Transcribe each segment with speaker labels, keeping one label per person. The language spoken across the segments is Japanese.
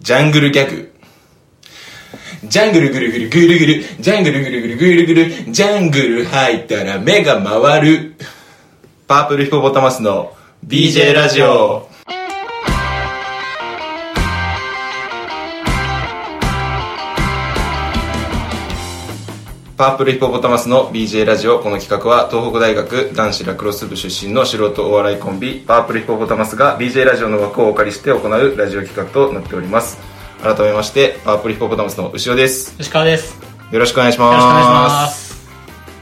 Speaker 1: ジャングルギャグ。ジャングルぐるぐるぐるぐる、ジャングルぐるぐるぐるぐる、ジャングル入ったら目が回る。パープルヒポポタマスの BJ ラジオ。パープルヒポポタマスの BJ ラジオこの企画は東北大学男子ラクロス部出身の素人お笑いコンビパープルヒポポタマスが BJ ラジオの枠をお借りして行うラジオ企画となっております改めましてパープルヒポポタマスの牛尾です
Speaker 2: 吉川です。よろしく
Speaker 1: よろしくお願いします
Speaker 2: お願いします。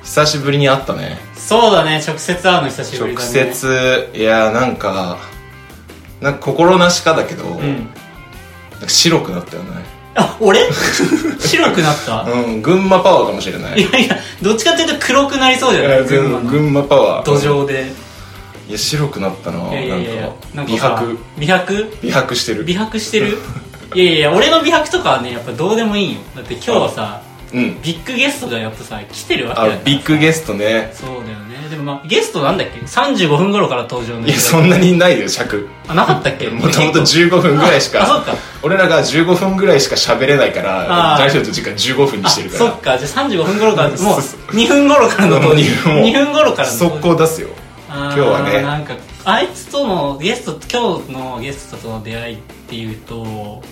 Speaker 1: 久しぶりに会ったね
Speaker 2: そうだね、直接会うの久しぶり
Speaker 1: 直
Speaker 2: だね。。
Speaker 1: 接いやなんかなんか心なしかだけど、
Speaker 2: う
Speaker 1: なん
Speaker 2: ん。
Speaker 1: か白くなったよね
Speaker 2: あ、俺 白くなった
Speaker 1: うん群馬パワーかもしれない
Speaker 2: い
Speaker 1: い
Speaker 2: やいや、どっちかっていうと黒くなりそうじゃな
Speaker 1: や
Speaker 2: い
Speaker 1: 全
Speaker 2: 群
Speaker 1: 然
Speaker 2: 馬の
Speaker 1: 群馬パワー
Speaker 2: 土壌で。
Speaker 1: いや白くなったない
Speaker 2: やいやいやいや、
Speaker 1: なんか美白
Speaker 2: さ。美白
Speaker 1: 美白してる
Speaker 2: 美白し てるいやいやいや、俺の美白とかはね、やっぱどうでもいいよ。だって今日はさ、
Speaker 1: うん
Speaker 2: ビッグゲストがやっぱさ、来てるわけ
Speaker 1: あ
Speaker 2: だから
Speaker 1: ビッグゲストね
Speaker 2: そうだよね。でもまあ、ゲストなんだっけ ?35 分頃から登場の
Speaker 1: いやそんなにないよ尺
Speaker 2: あ、なかったっけ
Speaker 1: もともと15分ぐらいし
Speaker 2: あ、そっ
Speaker 1: か
Speaker 2: か。
Speaker 1: 俺らが15分ぐらいしか喋れないから
Speaker 2: あー
Speaker 1: 大将と時間15分に
Speaker 2: あ
Speaker 1: してるから
Speaker 2: そっかじゃあ35分頃からもう
Speaker 1: そうそ
Speaker 2: 2分頃からの登場
Speaker 1: もう
Speaker 2: 2分頃からの
Speaker 1: 速攻出すよ
Speaker 2: 今
Speaker 1: 今日はね
Speaker 2: なんかあいつとのゲスト今日のゲストとの出会いっていうと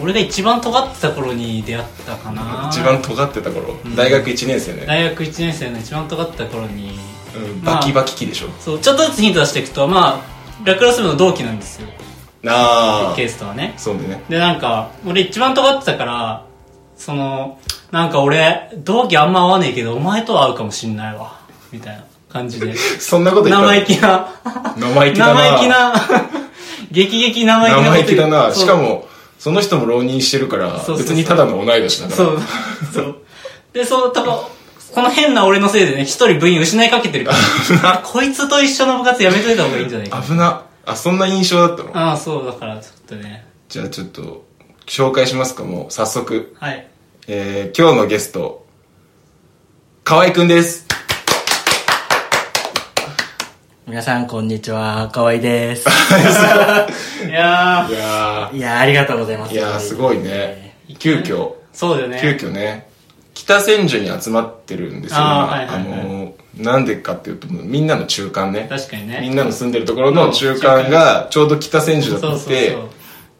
Speaker 2: 俺が一番尖ってた頃に出会ったかな
Speaker 1: 一番尖ってた頃
Speaker 2: うん
Speaker 1: 大学1年生ね
Speaker 2: 大学1年生の一番尖ってた頃に
Speaker 1: うん
Speaker 2: まあ
Speaker 1: バキバキ期でしょ
Speaker 2: そうちょっとずつヒント出していくとまあラクロス部の同期なんですよ
Speaker 1: あ
Speaker 2: ケースとはね
Speaker 1: あそうでね
Speaker 2: でなんか俺一番尖ってたからそのなんか俺同期あんま合わねえけどお前とは合うかもしんないわみたいな感じで
Speaker 1: そんなこと言ったら
Speaker 2: 生意気な
Speaker 1: 生意気だな
Speaker 2: 生意気な 激激生意気なこと言う
Speaker 1: 生意気だな
Speaker 2: そう
Speaker 1: しかもその人も浪人してるから
Speaker 2: そうそうそう
Speaker 1: 別にただの同い年だから
Speaker 2: そうそうでそうとここの変な俺のせいでね一人部員失いかけてるか らこいつと一緒の部活やめといた方がいいんじゃないか
Speaker 1: 危なあそんな印象だったの
Speaker 2: ああそうだからちょっとね
Speaker 1: じゃあちょっと紹介しますかもう早速、
Speaker 2: はい
Speaker 1: えー、今日のゲスト河合くんです
Speaker 3: 皆さんこんにちは、河合 です。
Speaker 2: いや
Speaker 1: い
Speaker 2: ー
Speaker 1: や
Speaker 3: いや、ありがとうございま
Speaker 1: ー
Speaker 3: す。
Speaker 1: いやーすごいね急遽
Speaker 2: そうだよね
Speaker 1: 急遽ね北千住に集まってるんですよ
Speaker 2: あー
Speaker 1: 今
Speaker 2: はいはいはい
Speaker 1: のーなんでかっていうとみんなの中間ね
Speaker 2: 確かにね
Speaker 1: みんなの住んでるところの中間がちょうど北千住だ
Speaker 2: そう
Speaker 1: っ
Speaker 2: そうそう
Speaker 1: て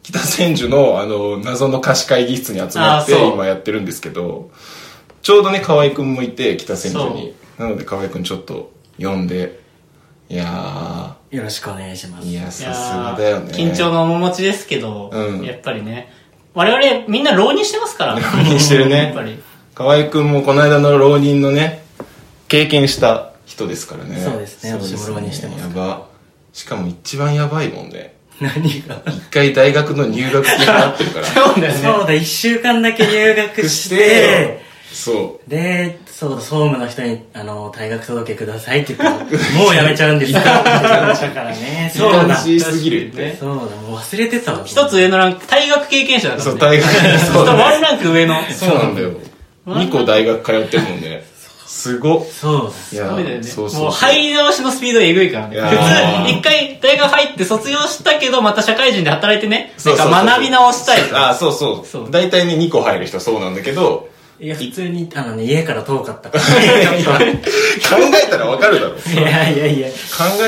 Speaker 1: 北千住のあの謎の貸し会議室に集まって
Speaker 2: あーそう
Speaker 1: 今やってるんですけどちょうどね河合くんもいて北千住になので河合くんちょっと呼んでいや
Speaker 3: よろしくお願いしま
Speaker 1: ー
Speaker 3: す。
Speaker 1: いや
Speaker 2: いや
Speaker 1: さ
Speaker 2: ー
Speaker 1: すがだよね
Speaker 2: 緊張の面持ちですけど、
Speaker 1: うん
Speaker 2: やっぱりね我々みんな浪人してますから浪
Speaker 1: 人してるね
Speaker 2: やっぱり
Speaker 1: 河合くんもこの間の浪人のね経験した人ですからね
Speaker 3: そうですね
Speaker 1: そう
Speaker 3: 私も浪人してます
Speaker 1: やばしかも一番やばいもんね
Speaker 3: 何が
Speaker 1: 一回大学の入学金払ってるから
Speaker 2: そうだよね
Speaker 3: そうだ、一週間だけ入学して、
Speaker 1: そう
Speaker 3: で、そうだ、総務の人に、あの、退学届くださいって言ったら、もうやめちゃうんですよ。って言われたからね。そうだ。
Speaker 1: 一
Speaker 3: そう
Speaker 1: 貫しすぎるって
Speaker 2: ね
Speaker 3: だ、もう忘れてたわ。
Speaker 2: 一つ上のランク大学経験者だから、ね、
Speaker 1: そう大学
Speaker 2: そう ワンランク上の
Speaker 1: そうなんだよ2個大学通ってるもんねすごっ
Speaker 3: そう
Speaker 1: い
Speaker 2: す
Speaker 1: や
Speaker 2: ごいだよね
Speaker 1: そうそう
Speaker 2: もう入り直しのスピードがえぐいからね
Speaker 1: いやー
Speaker 2: 普通一回大学入って卒業したけどまた社会人で働いてね
Speaker 1: そうそうそう
Speaker 2: なんか学び直したいと
Speaker 1: あ
Speaker 2: か
Speaker 1: そうそ
Speaker 2: そう
Speaker 1: う大体ね2個入る人はそうなんだけど
Speaker 3: だ。いや、普通に、あのね、家から遠かったから。
Speaker 1: 考えたらわかるだろ考
Speaker 3: いやいやいや。
Speaker 1: え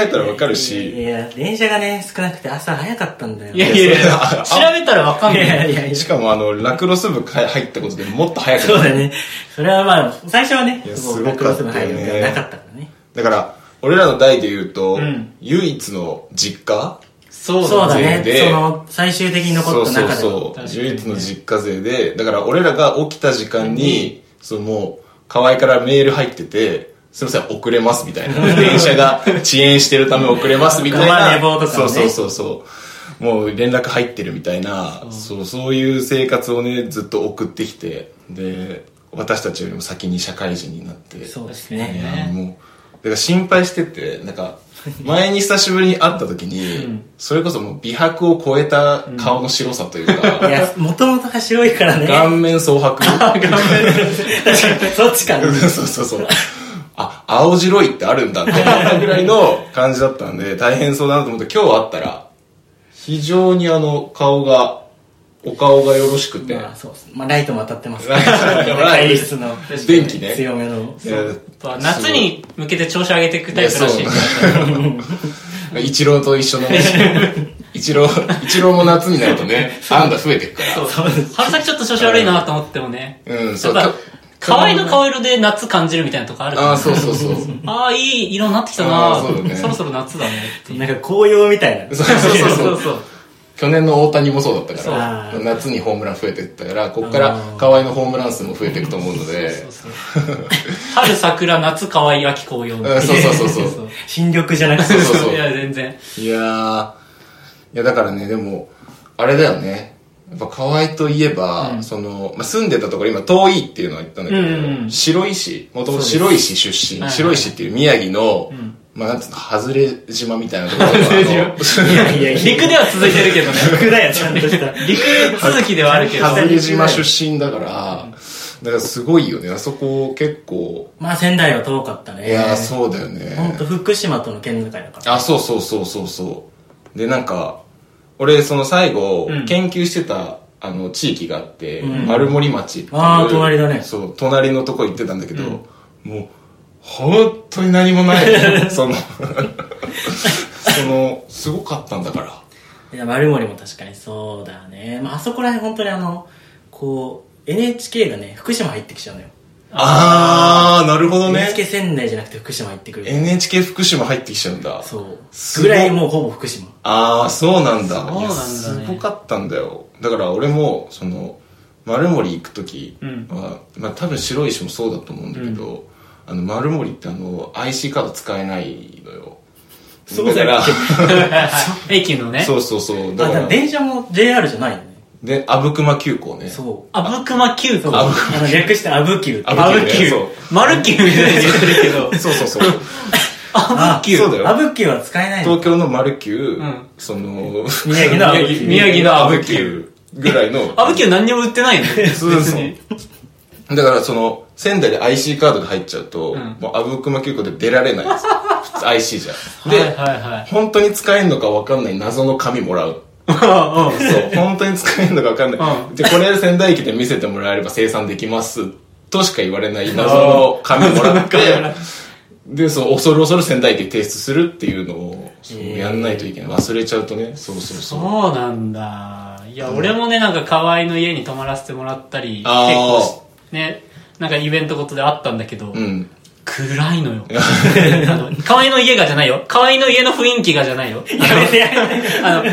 Speaker 1: たらわかる
Speaker 3: い
Speaker 1: し
Speaker 3: や、電車がね、少なくて朝早かったんだよ。
Speaker 2: いやいやい
Speaker 1: いや
Speaker 2: や
Speaker 1: それ
Speaker 2: 調べたらわかんない
Speaker 3: いやいやいや
Speaker 1: しかもあのラクロス部か入ったことでもっと早く
Speaker 3: そう
Speaker 1: な
Speaker 3: だ
Speaker 1: る
Speaker 3: ね。それはまあ、最初はね
Speaker 1: いや、
Speaker 3: そう
Speaker 1: すご
Speaker 3: ラク
Speaker 1: か
Speaker 3: ロ
Speaker 1: った
Speaker 3: ス
Speaker 1: よね
Speaker 3: 部入るのがなかったからね。
Speaker 1: だから俺らの代で言うと
Speaker 2: ん
Speaker 1: 唯一の実家
Speaker 2: そう
Speaker 3: そうだ
Speaker 1: 全員
Speaker 3: ね
Speaker 1: で。
Speaker 3: その、最終的に
Speaker 1: そ
Speaker 3: 残っ
Speaker 1: う
Speaker 3: た
Speaker 1: そ
Speaker 3: 中
Speaker 1: う
Speaker 3: で。
Speaker 1: そう、
Speaker 2: 確かにね
Speaker 1: 唯一の実家勢でだから俺らが起きた時間に、そのもう河合からメール入っててすみません遅れますみたいな電車が遅延してるため遅れますみたい
Speaker 3: ま
Speaker 1: な
Speaker 3: あ寝坊とか
Speaker 1: そう
Speaker 3: もね
Speaker 1: そうそうそうもう連絡入ってるみたいなそうそういう生活をねずっと送ってきてで私たちよりも先に社会人になって
Speaker 3: そうです
Speaker 1: い
Speaker 3: ね。
Speaker 1: やもうだから心配しててなんか前に久しぶりに会った時に、それこそもう美白を超えた顔の白さという
Speaker 3: い
Speaker 1: か、
Speaker 3: や、もともとが白いからね。
Speaker 1: 顔面蒼 白
Speaker 3: 確かに、そっちかな。
Speaker 1: そうそうそうあ青白いってあるんだって思ったぐらいの感じだったんで大変そうだなと思って今日会ったら非常にあの顔がお顔がよろしくて、
Speaker 3: まあそうですね。まあライトも当たってますか
Speaker 1: ラ
Speaker 3: ら。
Speaker 1: イトも当たって
Speaker 3: 会議室の
Speaker 1: 電気ね
Speaker 3: 強めの。
Speaker 1: いや
Speaker 2: と夏に向けて調子上げていくタイプらしいん
Speaker 1: い
Speaker 2: で
Speaker 1: やイチローと一緒の ねイチローイチローも夏になるとね安打増えてくから
Speaker 2: そう春先ちょっと調子悪いなと思ってもね。
Speaker 1: うんそう
Speaker 2: やっぱ
Speaker 1: か
Speaker 2: 可愛いの顔色で夏感じるみたいなとこあるから
Speaker 1: ああそうそう そう
Speaker 2: ああ、いい色になってきた
Speaker 1: あ
Speaker 2: な
Speaker 1: ーそうだね
Speaker 2: そろそろ夏だねっていう。
Speaker 3: なんか紅葉みたいな。
Speaker 1: そうそうそうそう
Speaker 2: そうそう。
Speaker 1: 去年の大谷もそうだったか
Speaker 3: そ
Speaker 1: ら
Speaker 3: う
Speaker 1: 夏にホームラン増えてったからこっから河合のホームラン数も増えていくと思うので
Speaker 2: そうそう春、桜、夏、可愛い、秋、紅葉。
Speaker 1: うんそうそうそうそう
Speaker 3: 新緑じゃなくて。
Speaker 1: そうそう
Speaker 2: いや、全然。
Speaker 1: いやーいやだからねでもあれだよねやっぱ河合といえば、そのまあ、住んでたところ今遠いっていうのは言ったんだけど、
Speaker 2: うんうんうん
Speaker 1: 白石もともと白石出身、
Speaker 2: はいはい
Speaker 1: 白石っていう宮城の、まあなんつうの外れ島みたいなところがあの
Speaker 2: 外れ島
Speaker 3: いやいやいや。
Speaker 2: 陸では続いてるけどね。
Speaker 3: 陸だよ、ちゃんとした。
Speaker 2: 陸続きではあるけど。
Speaker 1: 外れ島出身だから、だからすごいよねあそこ結構
Speaker 3: まあ仙台は遠かったね。
Speaker 1: いやーそうだよね
Speaker 3: ほんと福島との県境だから。
Speaker 1: あそうそうそうそうそうでなんか俺その最後、
Speaker 2: うん
Speaker 1: 研究してたあの地域があって、
Speaker 3: うん
Speaker 1: 丸森町っていう
Speaker 3: あー隣だね
Speaker 1: そう隣のとこ行ってたんだけど、もう本当に何もないそのそのすごかったんだから
Speaker 3: いや、丸森も確かにそうだね。まあ、あそこら辺本当にあの、こう、NHK がね、福島入ってきちゃうのよ。
Speaker 1: あーなるほどね
Speaker 3: NHK 仙台じゃなくて福島入ってくる。
Speaker 1: NHK 福島入ってきちゃうんだ
Speaker 3: そう。
Speaker 1: すご
Speaker 3: ぐ
Speaker 1: い
Speaker 3: らいもうほぼ福島。
Speaker 1: ああそうなんだ
Speaker 2: そうなんだね
Speaker 1: いやすごかったんだよだから俺もその丸森行く時は、まあ、多分白石もそうだと思うんだけど、あの丸森ってあの IC カード使えないのよ
Speaker 3: そうだよ
Speaker 1: から
Speaker 2: 駅のね。
Speaker 1: そうそうそう
Speaker 3: あ、
Speaker 1: だか
Speaker 3: でも
Speaker 1: ら
Speaker 3: 電車も JR じゃないよね。
Speaker 1: で阿武隈急行ね
Speaker 3: そう。
Speaker 2: あぶくま急
Speaker 3: そ
Speaker 2: と
Speaker 3: う。
Speaker 2: か。
Speaker 3: あの、略してアブキューって。
Speaker 1: アブ
Speaker 2: あ
Speaker 1: キュー
Speaker 2: ぶ急
Speaker 1: そう。
Speaker 2: まる急みたいに言ってるけど。
Speaker 1: そうそうそう
Speaker 2: あぶ急。
Speaker 1: そうだよ
Speaker 3: アブキューは使えないの。
Speaker 1: 東京の丸急、
Speaker 2: ん
Speaker 1: その
Speaker 3: 宮城の阿武急
Speaker 2: 宮城の阿武
Speaker 1: 急ぐらい の
Speaker 2: あぶ急何にも売ってないの別
Speaker 1: そうそう
Speaker 2: に。
Speaker 1: だからその仙台で IC カードが入っちゃうと、
Speaker 2: ん
Speaker 1: もう阿武隈急行で出られないん ですよ普通 IC じゃんで、
Speaker 2: はいはいはい。
Speaker 1: 本当に使えるのか分かんない謎の紙もらう
Speaker 2: うんうん
Speaker 1: そう本当に使えるのか分かんない、
Speaker 2: う
Speaker 1: でこれ仙台駅で見せてもらえれば生産できますとしか言われない謎の紙もらって
Speaker 2: 謎の紙もらっ
Speaker 1: でその恐る恐る仙台駅に提出するっていうのをそう
Speaker 3: へー
Speaker 1: やんないといけない忘れちゃうとねそうそうそう
Speaker 2: そうなんだ。いや、俺もね、なんか河合の家に泊まらせてもらったり、結
Speaker 1: あー
Speaker 2: 構し、ね、なんかイベントことであったんだけど、
Speaker 1: うん
Speaker 2: 暗いのよ。あの河合の家がじゃないよ。河合の家の雰囲気がじゃないよ。
Speaker 3: やめてやめて。
Speaker 2: あの、か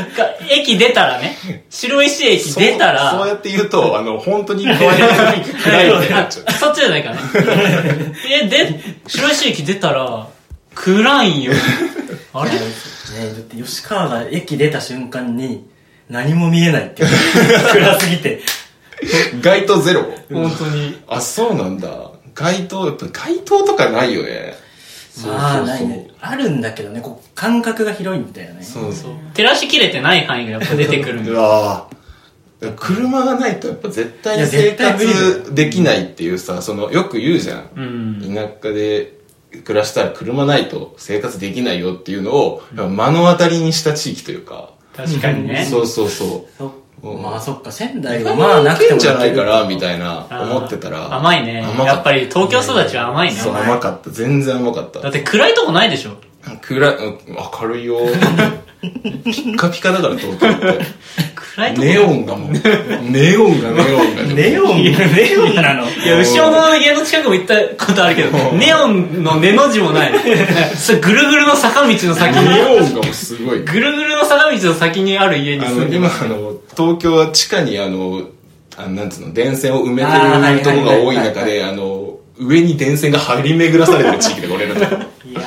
Speaker 2: 駅出たらね、白石駅出たら、
Speaker 1: そうそう
Speaker 2: あ
Speaker 1: やって言うとあの本 当に可愛い雰囲気暗いってなっちゃう
Speaker 2: そっちじゃないからね。 え、で、白石駅出たら、暗いんよ。あれ
Speaker 3: ねだって吉川が駅出た瞬間に、何も見えないっていう。 暗すぎて。
Speaker 1: 街灯ゼロ
Speaker 2: 本当に。
Speaker 1: あ、そうなんだ。街灯、やっぱ街灯とかないよね。
Speaker 3: まあ、
Speaker 1: そうそう
Speaker 3: な
Speaker 1: そう
Speaker 3: いね。あるんだけどね、こう、感覚が広いんだよね。
Speaker 1: そう
Speaker 2: そ。
Speaker 1: そう
Speaker 2: 照らしきれてない範囲がやっぱ出てくる
Speaker 1: う。
Speaker 2: んだ
Speaker 1: う
Speaker 2: よ。
Speaker 1: わぁ車がないとやっぱ絶対に
Speaker 3: いや
Speaker 1: 生
Speaker 3: 絶対無理だよ
Speaker 1: 活できないっていうさ、その、よく言うじゃ。
Speaker 2: うん
Speaker 1: 田
Speaker 2: ん。
Speaker 1: 舎で暮らしたら車ないと生活できないよっていうのを、やっぱ目の当たりにした地域というか。
Speaker 2: 確かにね。
Speaker 1: そうそうそう。
Speaker 3: そ
Speaker 1: うん
Speaker 3: まあそっか、仙台はまあなくて
Speaker 1: いけ
Speaker 3: も
Speaker 1: んじゃないか
Speaker 3: い
Speaker 1: ら、みたいな、
Speaker 2: あー
Speaker 1: 思ってたら。
Speaker 2: 甘いね。
Speaker 1: 甘かた
Speaker 2: やっぱり東京育ちは甘いね。
Speaker 1: そう、甘かった。全然甘かった
Speaker 2: だ。って暗いとこないでしょ。
Speaker 1: 暗い、うん明るいよ。ピッカピカだから、東京って。
Speaker 2: 暗いとこ。
Speaker 1: ネオンがもう、ネオンがネオンがね。
Speaker 3: ネオンネオンなの
Speaker 2: いや、後ろの家の近くも行ったことあるけど、ネオンの根の字も ない。それぐるぐるの坂道の先に、
Speaker 1: ネオンがもうすごい。
Speaker 2: ぐるぐるの坂道の先にある家に
Speaker 1: あ
Speaker 2: 住
Speaker 1: の、
Speaker 2: んでる
Speaker 1: 今、あの、東京は地下に、あの、あなんつうの、電線を埋
Speaker 3: あーはいは
Speaker 1: め
Speaker 3: い
Speaker 1: てるとこが多い中
Speaker 3: はい
Speaker 1: で、あの、上に電線が張り巡らされてる地域で、俺らとこ。
Speaker 3: いやー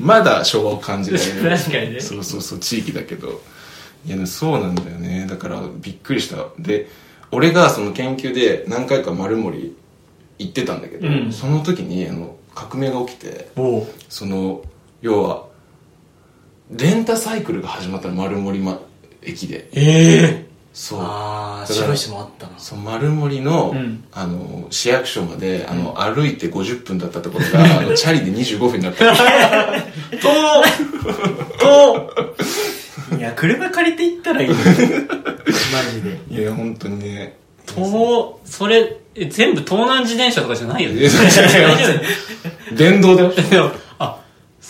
Speaker 1: まだ昭和を感じられる。
Speaker 2: 確かにね
Speaker 1: そうそうそう、地域だけど。いや、でもそうなんだよね。だから、びっくりした。で、俺がその研究で何回か丸森行ってたんだけど、
Speaker 2: うん
Speaker 1: その時に、あの、革命が起きて、
Speaker 2: おう
Speaker 1: その要はレンタサイクルが始まったの丸森、ま、駅で
Speaker 2: え
Speaker 1: そう
Speaker 3: あ
Speaker 1: だ
Speaker 3: ー
Speaker 1: から
Speaker 3: 白石もあったな
Speaker 1: そう丸森の,、
Speaker 2: うん
Speaker 1: あの市役所まであの、歩いて50分だったところがあのチャリで25分になった
Speaker 2: えと、と、
Speaker 3: いや、車借りて行ったらいいよ。 マジで。
Speaker 1: いや本当にね
Speaker 2: 東、それ、え全部東南自転車とかじゃないよ
Speaker 1: い
Speaker 2: ね。
Speaker 1: や違う
Speaker 2: 大丈
Speaker 1: 電動だよ
Speaker 2: 夫でもあ、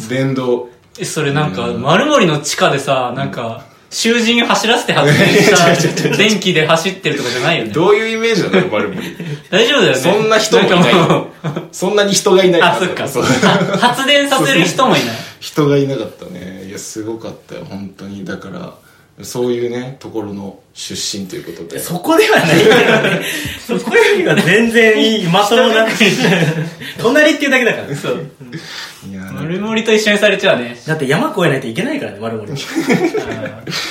Speaker 1: 電動
Speaker 2: えそれなんか、丸森の地下でさ、なんか、囚人走らせて発電した電気で走ってるとかじゃないよね。
Speaker 1: どういうイメージなの 丸森
Speaker 2: 大丈夫だよね。
Speaker 1: そんな人もいない
Speaker 2: んかもう
Speaker 1: そんなに人がい ない
Speaker 2: あ、そっか。
Speaker 1: そう
Speaker 2: あ発電させる人もいない。
Speaker 1: 人がいなかったねいやすごかったよ本当にだからそういうねところの出身ということで
Speaker 3: そこではないけどね。そこよりは全然いい、まともな。隣っていうだけだから。そう。
Speaker 1: いやー
Speaker 2: 丸森と一緒にされちゃうね。
Speaker 3: だって山越えないといけないからね、丸森。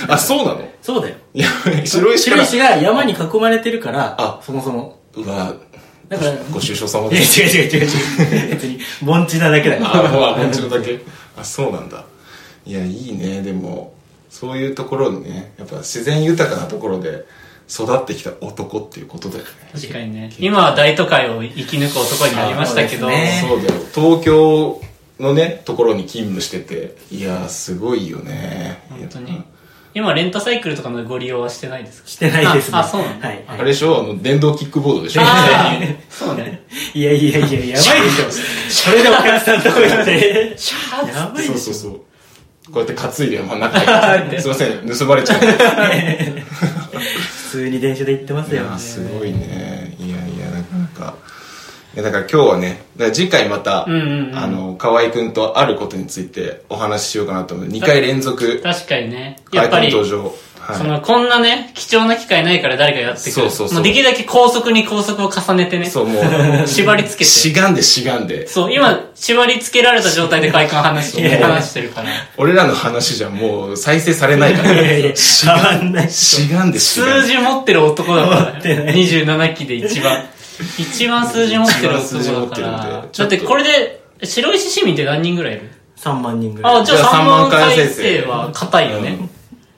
Speaker 1: あそうなの
Speaker 3: そうだよ。
Speaker 1: いや白石か
Speaker 3: 白
Speaker 1: ら
Speaker 3: 石が山に囲まれてるから、
Speaker 1: あ
Speaker 3: そもそも。
Speaker 1: うわ
Speaker 3: だから、
Speaker 1: ご愁傷様
Speaker 3: い
Speaker 1: で
Speaker 3: や違
Speaker 1: す
Speaker 3: う違う違う違う。別に、盆地なだけだよ。
Speaker 1: あもうあこっちのだけあそうなんだいやいいねでもそういうところにねやっぱ自然豊かなところで育ってきた男っていうことだよね
Speaker 2: 確かにね。今は大都会を生き抜く男になりましたけど、
Speaker 3: あそうですね
Speaker 1: そうだよ東京のねところに勤務してていやーすごいよね
Speaker 2: 本当に。今、レンタサイクルとかのご利用はしてないですか
Speaker 3: してないですね。
Speaker 2: あ、あそうなんだ。
Speaker 3: はい。
Speaker 1: あれでしょあの電動キックボードでしょ
Speaker 2: あーそうね。
Speaker 3: いやいやいや、やばいでしょ。それでお客さんとこ行って。
Speaker 2: シャー
Speaker 3: やばい
Speaker 1: そう
Speaker 3: で
Speaker 1: そ
Speaker 3: し
Speaker 1: うそう
Speaker 3: ょ。
Speaker 1: こうやって担いで真ん中にすいません盗まれちゃう
Speaker 3: 普通に電車で行ってます
Speaker 1: い
Speaker 3: よ
Speaker 1: や。ーすごいねいやいやなかなかいやだから今日はねだから次回また、
Speaker 2: うんうんうん
Speaker 1: あの河合君とあることについてお話ししようかなと思う2回連続
Speaker 2: 確かにね。
Speaker 1: 河
Speaker 2: やっぱ
Speaker 1: 合
Speaker 2: り
Speaker 1: 君、登場はい
Speaker 2: その、こんなね、貴重な機会ないから誰かやってく
Speaker 1: そう
Speaker 2: る。
Speaker 1: そうそう
Speaker 2: もできるだけ高速に高速を重ねてね。
Speaker 1: そう も
Speaker 2: 縛り付
Speaker 1: う
Speaker 2: けて。
Speaker 1: しがんでしがんで
Speaker 2: そう、今、縛り付けられた状態で快感話し
Speaker 3: いやいや
Speaker 2: 話してるから。
Speaker 1: 俺らの話じゃもう再生されないか
Speaker 3: いやいや
Speaker 1: ら、
Speaker 3: 変わんない。
Speaker 1: しがんでしがん
Speaker 2: 数
Speaker 1: で
Speaker 2: 字持ってる男だ
Speaker 3: 持
Speaker 2: か
Speaker 3: ってな
Speaker 2: ら。
Speaker 3: い
Speaker 2: 27期で一番。一番数字持ってる男だか
Speaker 1: 一番数字持ってるん
Speaker 2: ら
Speaker 1: で。ちょ
Speaker 2: だ
Speaker 1: っと
Speaker 2: ってこれで、白石市民って何人ぐらいいる
Speaker 3: 3万人ぐら
Speaker 2: あ、
Speaker 3: い。
Speaker 2: じゃあ
Speaker 1: じゃあ3
Speaker 2: 3
Speaker 1: 万
Speaker 2: 万
Speaker 1: 回
Speaker 2: 回
Speaker 1: 再生
Speaker 2: 生は硬いよね。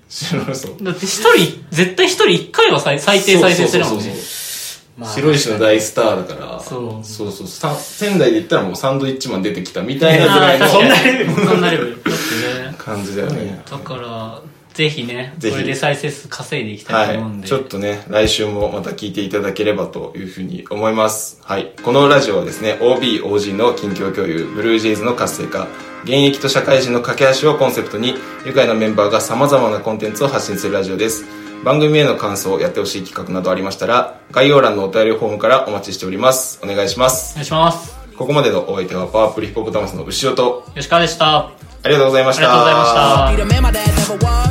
Speaker 1: 白いそう
Speaker 2: だって一人、絶対一人一回は最最低再生するもん
Speaker 1: そう
Speaker 2: ね
Speaker 1: そう。そう
Speaker 3: まあ
Speaker 1: 白石の大スターだから
Speaker 2: そう
Speaker 1: そうそうさ仙台で言ったらもうサンドイッチマン出てきたみたいなぐらい
Speaker 2: あー
Speaker 1: の
Speaker 3: そんなレベル
Speaker 2: そんなレベル。だってね。
Speaker 1: 感じだよね
Speaker 2: だから、ぜひね、
Speaker 1: ぜひ
Speaker 2: これで再生数稼いでいきたいと思うん
Speaker 1: はい。
Speaker 2: で。
Speaker 1: ちょっとね、来週もまた聞いていただければというふうに思います。はい。このラジオはですね、OB、OG の近況共有、ブルージェイズの活性化、現役と社会人の架け橋をコンセプトに、愉快なメンバーが様々なコンテンツを発信するラジオです。番組への感想、やってほしい企画などありましたら、概要欄のお便りフォームからお待ちしております。お願いします
Speaker 2: お。願いします。
Speaker 1: ここまでのお相手はパワープリヒポポタマスの牛尾と、
Speaker 2: 吉川でした。あ
Speaker 1: ありがとうございまし
Speaker 2: り
Speaker 1: た。
Speaker 2: がとうございました。
Speaker 4: Be the man my dad never was.